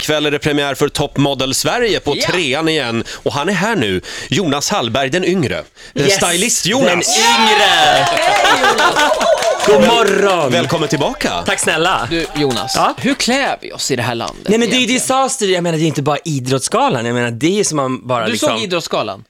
ikväll är det premiär för Top Model Sverige på Ja. trean igen. Och han är här nu, Jonas Hallberg den yngre. Eh, Yes, Den Stylist-Jonas. yngre! God morgon! Välkommen tillbaka. Tack snälla! Du Jonas, Ja? hur klär vi oss i det här landet? Nej men det är ju egentligen? disaster, jag menar det är inte bara Idrottsgalan, jag menar det är ju som man bara Du liksom... såg Idrottsgalan?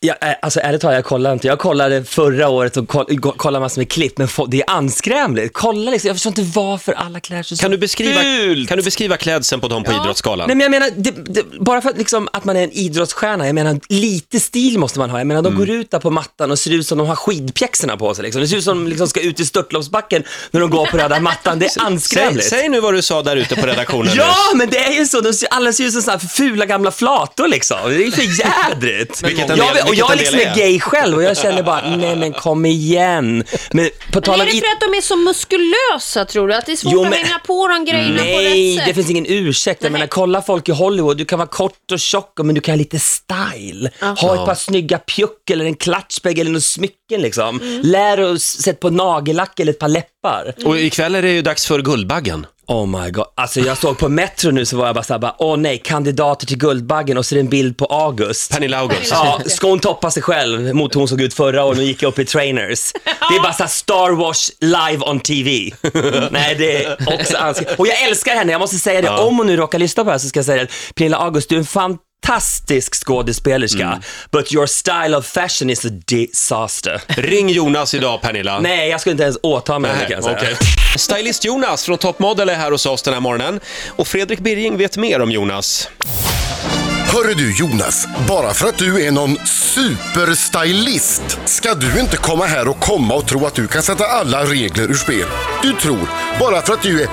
Ja, eh, alltså ärligt talat, jag kollar inte. Jag kollade förra året och koll, go- kollade massor med klipp, men fo- det är anskrämligt. Kolla liksom, jag förstår inte varför alla klär sig så Kan du beskriva, fult. kan du beskriva klädseln på dem på Idrottsgalan? Nej men jag menar, det, det, bara för att, liksom, att man är en idrottsstjärna, jag menar lite stil måste man ha. Jag menar de går ut där på mattan och ser ut som de har skidpjäxorna på sig liksom. Det ser ut som de liksom, ska ut i störtloppsbacken när de går på röda mattan. Det är Säg, anskrämligt. säg nu vad du sa där ute på redaktionen. nu. Ja, men det är ju så. De ser, alla ser ut som sådana här fula gamla flator liksom. Det är ju för jädrigt. Vilket en jag, del- och vilket jag en liksom del är är. gay själv och jag känner bara, nej men kom igen. Men på Men tal är om... det i- för att de är så muskulösa tror du? Att det är svårt Jo, att men- hänga på de grejerna på rätt Nej, sätt? det finns ingen ursäkt. Jag Nej. menar, kolla folk i Hollywood. Du kan vara kort och tjock, men du kan ha lite style. Ha ett par snygga pjuck eller en klatschbag eller något smycken liksom. Lär och s- sätt på nagellack eller ett par läppar. Och ikväll är det ju dags för Guldbaggen. Oh my god. Alltså jag såg på Metro nu så var jag bara såhär, bara, åh nej, kandidater till Guldbaggen och så är det en bild på August. Pernilla August. Ja, ska hon toppa sig själv mot hur hon såg ut förra året och gick upp i trainers. Det är bara såhär Star Wars live on TV. Nej, det är också ansk- Och jag älskar henne, jag måste säga det. Om hon nu råkar lyssna på det här så ska jag säga det. Pernilla August, du är en fantastisk skådespelerska. Mm. But your style of fashion is a disaster. Ring Jonas idag, Pernilla. Nej, jag skulle inte ens åta mig henne Nej, kan jag säga. okej. Stylist Jonas från Top Model är här hos oss den här morgonen. Och Fredrik Birging vet mer om Jonas. Hörru du Jonas, bara för att du är någon superstylist ska du inte komma här och komma och tro att du kan sätta alla regler ur spel. Du tror, bara för att du är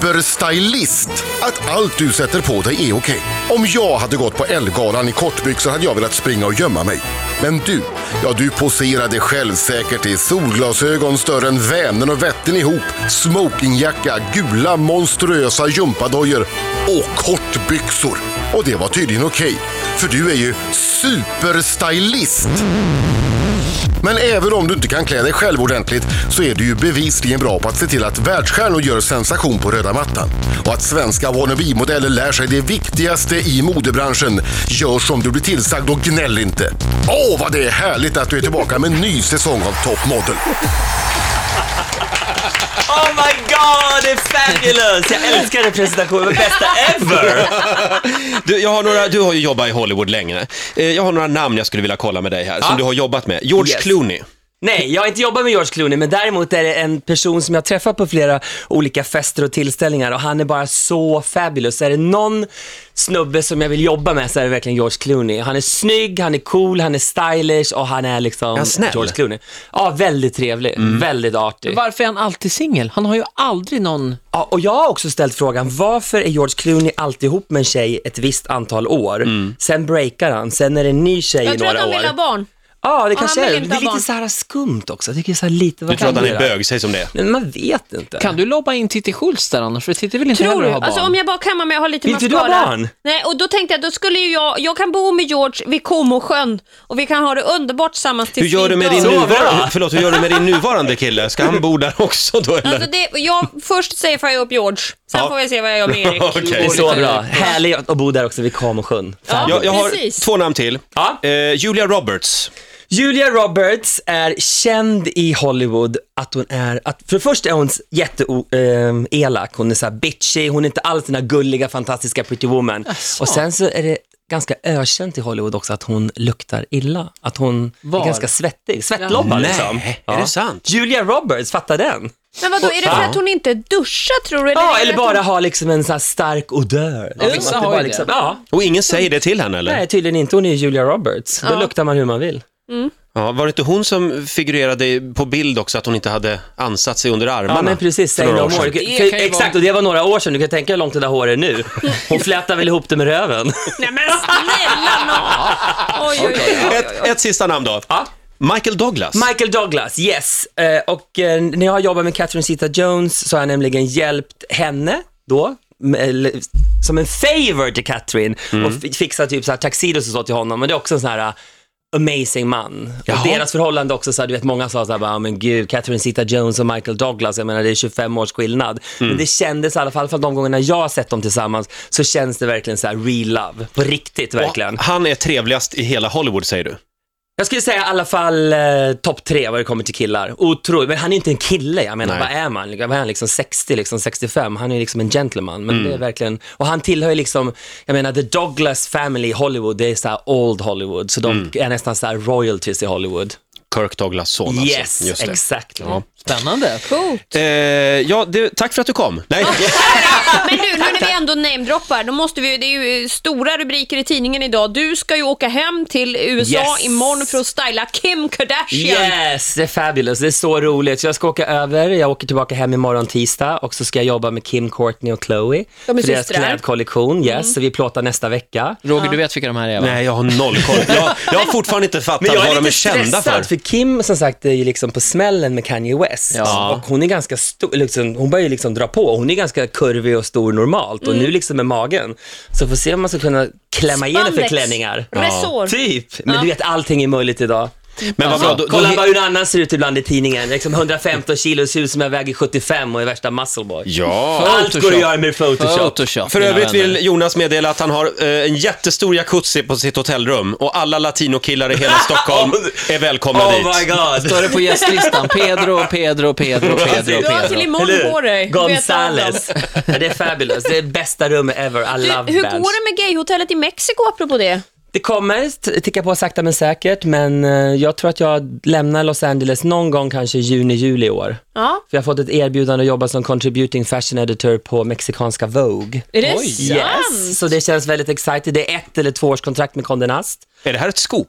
superstylist, att allt du sätter på dig är okej. Om jag hade gått på Ellegalan i kortbyxor hade jag velat springa och gömma mig. Men du, ja du poserade självsäkert i solglasögon större än Vänern och Vättern ihop, smokingjacka, gula monstruösa gympadojor och kortbyxor. Och det var tydligen okej, för du är ju superstylist. Men även om du inte kan klä dig själv ordentligt så är du ju bevisligen bra på att se till att världsstjärnor gör sensation på röda mattan. Och att svenska wannabe-modeller lär sig det viktigaste i modebranschen. Gör som du blir tillsagd och gnäll inte. Åh, vad det är härligt att du är tillbaka med en ny säsong av Top Model. Oh my god, det är fabulous! Jag älskar den presentationen, det var bästa ever! Du, jag har några, du har ju jobbat i Hollywood länge. Eh, Jag har några namn jag skulle vilja kolla med dig här, som Ja. du har jobbat med. George Yes. Clooney. Nej, jag har inte jobbat med George Clooney, men däremot är det en person som jag har träffat på flera olika fester och tillställningar och han är bara så fabulous. Är det någon snubbe som jag vill jobba med så är det verkligen George Clooney. Han är snygg, han är cool, han är stylish och han är liksom han snäll? Mm. George Clooney. Ja, väldigt trevlig, väldigt artig. Varför är han alltid singel? Han har ju aldrig någon... Ja, och jag har också ställt frågan, varför är George Clooney alltid ihop med en tjej ett visst antal år? Mm. Sen breakar han, sen är det en ny tjej i Jag tror några att de år. vill ha barn. Ja, det Och kanske han är vill det. inte Det ha är lite barn. så här skumt också. Jag tycker så här lite, vad Du tror att kan han det är då? bög, säg som det är. Men man vet inte. Kan du lobba in Titti Schultz där annars? För Titti vill inte Tror heller du? ha barn. Alltså om jag bara kan men jag har lite Vill inte du ha mascara. barn? Nej, och då tänkte jag då skulle ju jag, jag kan bo med George vid Comosjön och vi kan ha det underbart tillsammans tills Hur gör vi du med din, dör. Så bra. nuvarande, förlåt, hur gör du med din nuvarande kille? Ska han bo där också då eller? Alltså det, jag, först säger jag upp George, sen Ja. får vi se vad jag gör med Erik. Okej. Det är så bra. Härligt att bo där också vid Kamosjön. Ja, Jag, jag har precis. två namn till. Ja. Eh, Julia Roberts. Julia Roberts är känd i Hollywood att hon är, att för det första är hon jätteelak, eh, elak. hon är så här bitchy, hon är inte alls den här gulliga, fantastiska pretty woman. Och sen så är det ganska ökänt i Hollywood också att hon luktar illa, att hon Var? är ganska svettig, svettlobba Nej, liksom. är det sant? Julia Roberts, fatta den. Men vadå, är det för att hon inte duschar tror du? är Ja, det eller för att bara hon... ha liksom en så här stark odör. vissa Liksom, att det har bara ju det. liksom, ja, Och ingen säger det till henne eller? Nej, tydligen inte. Hon är ju Julia Roberts. Då luktar man hur man vill. Ja, var det inte hon som figurerade på bild också, att hon inte hade ansat sig under armarna? Ja, men precis. för Säg några några år år. sedan? Det kan ju Exakt, vara- och det var några år sedan. Du kan tänka hur långt det där håret är nu. Hon flätar väl ihop det med röven. Nej men snälla nån! Oj, oj, oj, oj, oj. Ett, ett sista namn då. Ja. Michael Douglas. Michael Douglas, yes. Eh, Och eh, när jag har jobbat med Catherine Zeta-Jones så har jag nämligen hjälpt henne då, eh, med- eller, Mm. som en favor till Catherine och fi- fixat typ så här tuxedos och så till honom. Men det är också en sån här amazing man. Jaha. Och deras förhållande också, så här, du vet många sa såhär, ja men gud, Catherine Zeta-Jones och Michael Douglas, jag menar det är 25 års skillnad. Mm. Men det kändes i alla fall, för de gångerna jag har sett dem tillsammans, så känns det verkligen så här real love. På riktigt verkligen. Och han är trevligast i hela Hollywood, säger du? Jag skulle säga i alla fall eh, topp tre vad det kommer till killar. Otroligt, men han är inte en kille, jag menar Nej. vad är man? Vad är han liksom 60, liksom 65? Han är liksom en gentleman, men det Mm. är verkligen, och han tillhör ju liksom, jag menar the Douglas family i Hollywood, det är så här old Hollywood, så de Mm. är nästan så här royalties i Hollywood. Kirk Douglas son alltså. yes, Just det. exakt. Spännande. Coolt. Eh, ja, det, tack för att du kom. Nej, Men du, nu när vi ändå namedroppar, då måste vi, det är ju stora rubriker i tidningen idag. Du ska ju åka hem till USA Yes. imorgon för att styla Kim Kardashian. Yes, det är fabulous. Det är så roligt. Så jag ska åka över, jag åker tillbaka hem imorgon tisdag och så ska jag jobba med Kim Courtney och Chloe. De är för deras systrar. Mm. klädkollektion, yes. Så vi plåtar nästa vecka. Roger, du vet vilka de här är va? nej jag har noll koll. Jag, jag har fortfarande inte fattat Men jag är vad de lite är kända för. stressad för Kim som sagt är ju liksom på smällen med Kanye West Ja. och hon är ganska stor, liksom, hon börjar ju liksom dra på. Hon är ganska kurvig och stor normalt Mm. och nu liksom med magen. Så får se om man ska kunna klämma igenom för Spandex. klänningar. Resår. Typ, men du vet allting är möjligt idag. Men vad bra, då, då, Kolla bara hur en annan ser ut ibland i tidningen. Liksom 115 kilos hus som jag väger 75 och är värsta muscleboy. Ja. Allt går att göra med Photoshop. Photoshop. För mina övrigt vänner. vill Jonas meddela att han har eh, en jättestor jacuzzi på sitt hotellrum och alla latinokillar i hela Stockholm är välkomna Oh dit. my Står god. det på gästlistan. Pedro, Pedro, Pedro, Pedro, Du har till Pedro. Eller hur? imorgon på dig. Du vet allt om. Gonzales. Ja, det är fabulous. Det är bästa rummet ever. I Du, love hur bands. går det med gayhotellet i Mexiko apropå det? Det kommer t- ticka på sakta men säkert, men eh, jag tror att jag lämnar Los Angeles någon gång kanske juni, juli i år. Ja, För jag har fått ett erbjudande att jobba som contributing fashion editor på mexikanska Vogue. är det Oj. sant? Så det känns väldigt excited. Det är ett eller två års kontrakt med Condé Nast. Är det här ett scoop?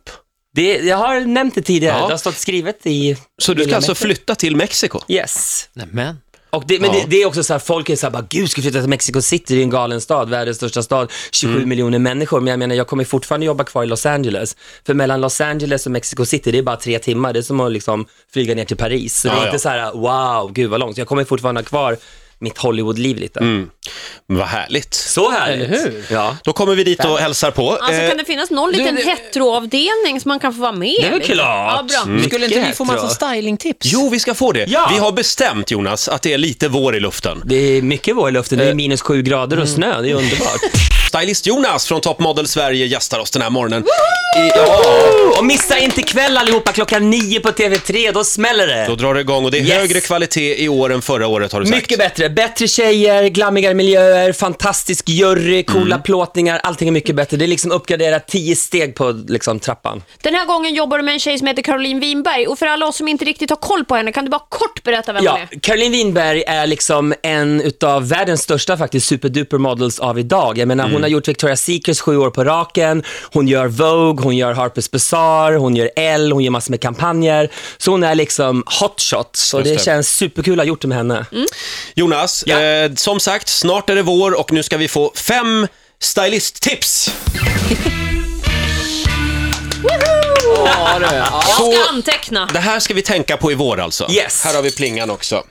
Det, jag har nämnt det tidigare, Ja. det har stått skrivet i... Så du ska Lilla alltså Mexiko. flytta till Mexiko? Yes. Nämen. Och det, men Ja. det, det är också så här, folk är så här, bara, gud, ska vi flytta till Mexico City, det är en galen stad, världens största stad, 27 miljoner människor, men jag menar, jag kommer fortfarande jobba kvar i Los Angeles. För mellan Los Angeles och Mexico City, det är bara tre timmar, det är som att liksom flyga ner till Paris. Så det Ja, är ja. inte så här, wow, gud vad långt. Så Jag kommer fortfarande ha kvar mitt Hollywoodliv lite. Vad härligt. Så härligt. Eller hur? Ja. Då kommer vi dit och hälsar på. Alltså Eh, kan det finnas någon liten det- heteroavdelning som man kan få vara med Det är väl liksom? klart. Mm. Ja, bra. Skulle inte vi få massa tror jag. stylingtips? Jo, vi ska få det. Ja. Vi har bestämt, Jonas, att det är lite vår i luften. Det är mycket vår i luften, det är minus sju grader och snö, det är underbart. Stylist Jonas från Top Model Sverige gästar oss den här morgonen. Och missa inte ikväll allihopa klockan nio på TV3, då smäller det. Då drar det igång och det är Yes. högre kvalitet i år än förra året har du sagt. Mycket bättre. Bättre tjejer, glammigare miljöer, fantastisk jury, coola plåtningar. Allting är mycket bättre. Det är liksom uppgraderat tio steg på liksom, trappan. Den här gången jobbar du med en tjej som heter Caroline Winberg och för alla oss som inte riktigt har koll på henne kan du bara kort berätta vem Ja, hon är? Caroline Winberg är liksom en utav världens största faktiskt superduper models av idag. Jag menar, hon har gjort Victoria's Secret sju år på raken. Hon gör Vogue, hon gör Harper's Bazaar, hon gör Elle, hon gör massor med kampanjer. Så hon är liksom hotshot. Så Just det, det. känns superkul att ha gjort det med henne. Jonas, Ja. eh, som sagt, snart är det vår och nu ska vi få fem stylisttips. Ja, du. Ja. Mm. Jag ska Så- anteckna. Det här ska vi tänka på i vår alltså. Yes. Här har vi plingan också.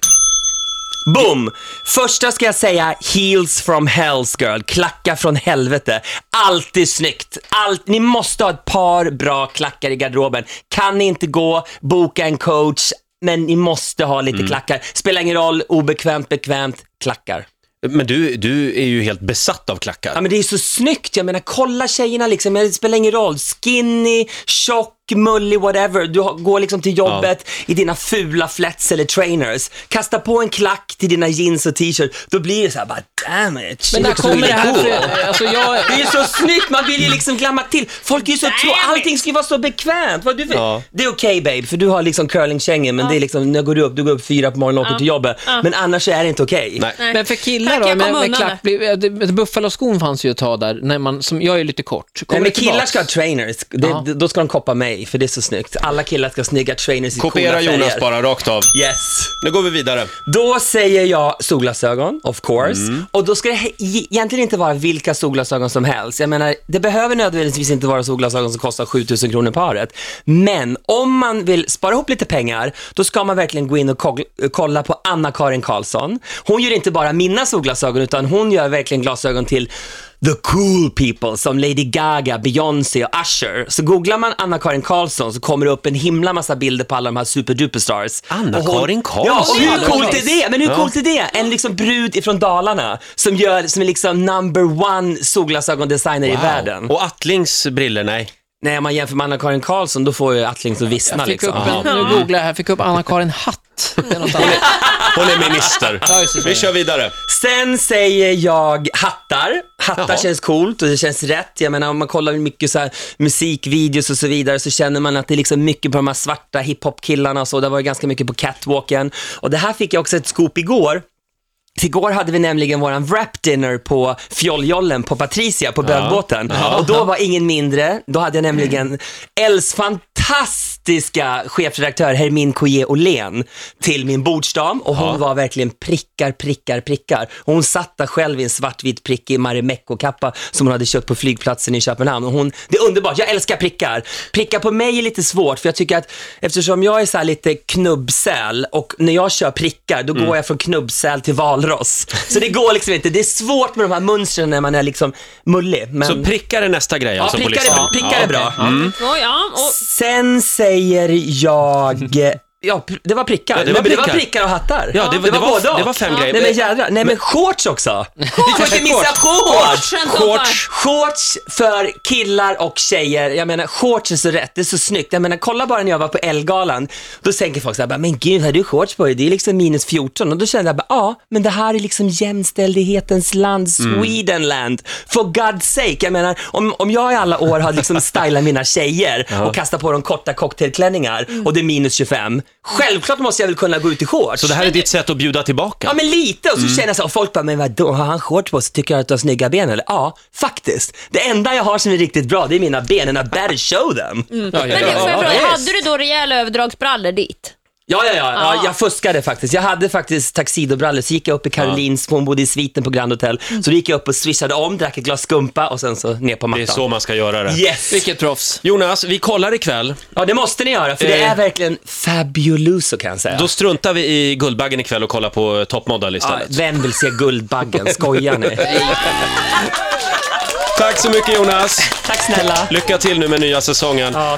Boom! Första ska jag säga heels from hells girl, klackar från helvete. Alltid snyggt. Allt, ni måste ha ett par bra klackar i garderoben. Kan ni inte gå, boka en coach, men ni måste ha lite klackar. Spelar ingen roll, obekvämt, bekvämt, klackar. Men du, du är ju helt besatt av Ja klackar. men det är så snyggt, jag menar kolla tjejerna liksom, men det spelar ingen roll. Skinny, tjock, mullig, whatever. Du har- går liksom till jobbet i dina fula flats eller trainers. Kasta på en klack till dina jeans och t-shirt, då blir det så här bara damn it. Men när shit, kommer really det här cool." för... Alltså jag... Det är så snyggt, man vill ju liksom glamma till. Folk är ju så tro, allting ska ju vara så bekvämt. Vad du för... Ja. Det är okej babe, för du har liksom curlingkängor, men det är liksom, när går du upp, du går upp fyra på morgonen och åker till jobbet. Men annars så är det inte okej. Nej. Men för killar Tack, då, jag med, kom med undan klack, blir- det- det- Buffaloskon fanns ju ett tag där, när man, som, jag är ju lite kort. Kommer Nej, men det tillbaks? killar ska ha trainers, det, Ja. då ska de koppa mig för det är så snyggt. Alla killar ska ha snygga trainers i Kopiera coola färger. Jonas bara, rakt av. Yes. Nu går vi vidare. Då säger jag solglasögon, of course. Och då ska det he- e- egentligen inte vara vilka solglasögon som helst. Jag menar, det behöver nödvändigtvis inte vara solglasögon som kostar 7000 kronor paret. Men om man vill spara ihop lite pengar, då ska man verkligen gå in och kog- kolla på Anna-Karin Karlsson. Hon gör inte bara mina solglasögon, utan hon gör verkligen glasögon till the cool people som Lady Gaga, Beyoncé och Usher. Så googlar man Anna-Karin Karlsson så kommer det upp en himla massa bilder på alla de här superduperstars. Anna-Karin Och hon- Ja, och hur Karlsson. coolt är det? Men hur coolt är det? En liksom brud ifrån Dalarna som, gör, som är liksom number one solglasögondesigner i världen. Och Attlings briller, nej. Nej, om man jämför med Anna-Karin Karlsson, då får ju Attling så vissna Jag fick upp liksom. en, nu googlar jag här, fick upp Anna-Karin Hatt. Det är något annat. Hon är minister. Ja, just det. Vi kör vidare. Sen säger jag hattar. Hattar Jaha. känns coolt och det känns rätt. Jag menar om man kollar mycket så här musikvideos och så vidare så känner man att det är liksom mycket på de här svarta hiphop-killarna och så. Det var ju ganska mycket på catwalken. Och det här fick jag också ett scoop igår. Igår hade vi nämligen våran wrap dinner på fjolljollen på Patricia på bögbåten. Och då var ingen mindre, då hade jag nämligen Els fantastiska chefredaktör Hermine Coué Åhlén till min bordsdam och hon var verkligen prickar, prickar, prickar. Och hon satt där själv i en svartvit prickig Marimekko-kappa som hon hade köpt på flygplatsen i Köpenhamn. Och hon, det är underbart, jag älskar prickar. Prickar på mig är lite svårt för jag tycker att eftersom jag är så här lite knubbsäl och när jag kör prickar då Mm. går jag från knubbsäl till valross. Så det går liksom inte, det är svårt med de här mönstren när man är liksom mullig. Men... Så prickar är nästa grej Mm. ja, alltså på prickar listan. är, prickar är bra. Mm. Ja, ja. Och, Sen säger jag... Ja, pr- det var prickar. Ja, det det, var var men det var prickar. prickar och hattar. Ja, det var- det var- både och. det var fem Nej, grejer. Men jädrar. Nej, men shorts också. Vi får inte missa shorts! Shortsen, toppar. Shorts för killar och tjejer. Jag menar, shorts är så rätt. Det är så snyggt. Jag menar, kolla bara när jag var på Elgalan. Då tänker folk så här, bara, men gud, har du shorts på dig? Det är liksom minus 14. Och då kände jag, bara, ja, men det här är liksom jämställdhetens land, Swedenland. For God's sake. Jag menar, om, om jag i alla år har liksom stylat mina tjejer och kastat på dem korta cocktailklänningar och det är minus 25. Självklart måste jag väl kunna gå ut i shorts. Så det här är ditt sätt att bjuda tillbaka? Ja men lite och så Mm. känner jag så och folk bara, men vadå, har han shorts på sig? Tycker jag att du har snygga ben eller? Ja, faktiskt. Det enda jag har som är riktigt bra, det är mina ben, and I better show them. Ja, ja, men det, Mm. ja. får jag fråga, ja, hade du då rejäla överdragsbrallor dit? Ja, ja, ja, ja, Ja. jag fuskade faktiskt. Jag hade faktiskt taxidobrallor, så gick jag upp i Karolins, hon bodde i sviten på Grand Hotel. Så då gick jag upp och swishade om, drack ett glas skumpa och sen så ner på Det är mattan. så man ska göra det. Yes! Vilket proffs. Jonas, vi kollar ikväll. Ja, det måste ni göra, för det Eh. är verkligen fabuloso kan jag säga. Då struntar vi i Guldbaggen ikväll och kollar på eh, Toppmodell ja, istället. vem vill se Guldbaggen? Skojar ni? Tack så mycket Jonas! Tack snälla! Lycka till nu med nya säsongen. Ja,